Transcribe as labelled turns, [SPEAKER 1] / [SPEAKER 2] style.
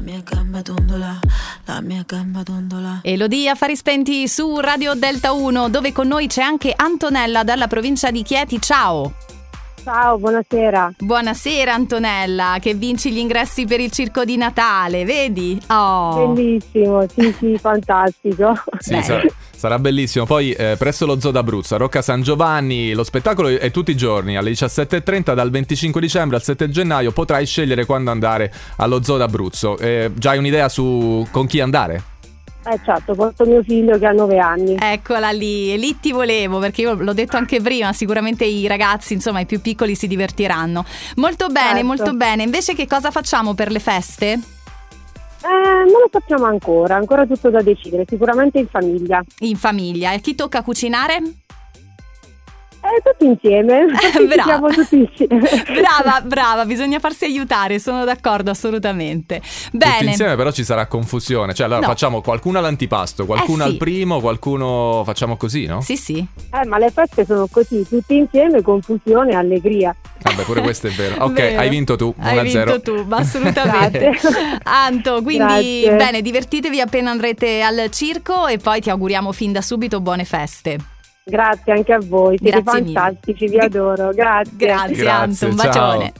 [SPEAKER 1] mia gamba dondola, la mia gamba dondola.
[SPEAKER 2] Elodie Affari Spenti su Radio Delta 1, dove con noi c'è anche Antonella dalla provincia di Chieti. Ciao!
[SPEAKER 3] Ciao, buonasera.
[SPEAKER 2] Buonasera Antonella, che vinci gli ingressi per il circo di Natale, vedi? Oh!
[SPEAKER 3] Bellissimo, sì, sì, fantastico.
[SPEAKER 2] Beh.
[SPEAKER 4] Sì, sarà, sarà bellissimo. Poi eh, presso lo Zoo d'Abruzzo, a Rocca San Giovanni, lo spettacolo è tutti i giorni alle 17.30 dal 25 dicembre al 7 gennaio. Potrai scegliere quando andare allo Zoo d'Abruzzo. Eh, già hai un'idea su con chi andare?
[SPEAKER 3] Eh certo, porto mio figlio che ha nove anni.
[SPEAKER 2] Eccola lì, e lì ti volevo perché io l'ho detto anche prima, sicuramente i ragazzi, insomma i più piccoli si divertiranno. Molto bene,
[SPEAKER 3] Certo.
[SPEAKER 2] molto bene. Invece che cosa facciamo per le feste?
[SPEAKER 3] Eh, non lo facciamo ancora, ancora tutto da decidere, sicuramente in famiglia.
[SPEAKER 2] In famiglia. E chi tocca cucinare?
[SPEAKER 3] Eh, tutti insieme,
[SPEAKER 2] Eh,
[SPEAKER 3] siamo tutti insieme.
[SPEAKER 2] brava, brava, bisogna farsi aiutare, sono d'accordo assolutamente.
[SPEAKER 4] Tutti
[SPEAKER 2] Bene.
[SPEAKER 4] insieme, però ci sarà confusione. Cioè, allora
[SPEAKER 2] No. Eh
[SPEAKER 4] facciamo qualcuno all'antipasto, qualcuno
[SPEAKER 2] sì.
[SPEAKER 4] al primo, qualcuno facciamo così, no?
[SPEAKER 2] Sì, sì.
[SPEAKER 3] Eh, ma le feste sono così, tutti insieme, confusione e allegria.
[SPEAKER 4] Vabbè, pure questo è vero. Ok,
[SPEAKER 2] Vero.
[SPEAKER 4] hai vinto tu. 1-0.
[SPEAKER 2] Hai vinto tu, ma assolutamente.
[SPEAKER 3] Grazie.
[SPEAKER 2] Anto, quindi
[SPEAKER 3] Grazie.
[SPEAKER 2] bene, divertitevi appena andrete al circo e poi ti auguriamo fin da subito buone feste.
[SPEAKER 3] Grazie anche a voi, siete
[SPEAKER 2] Grazie mille.
[SPEAKER 3] fantastici, vi adoro. Grazie.
[SPEAKER 2] Grazie,
[SPEAKER 4] Grazie,
[SPEAKER 2] Anto, un
[SPEAKER 4] ciao.
[SPEAKER 2] bacione.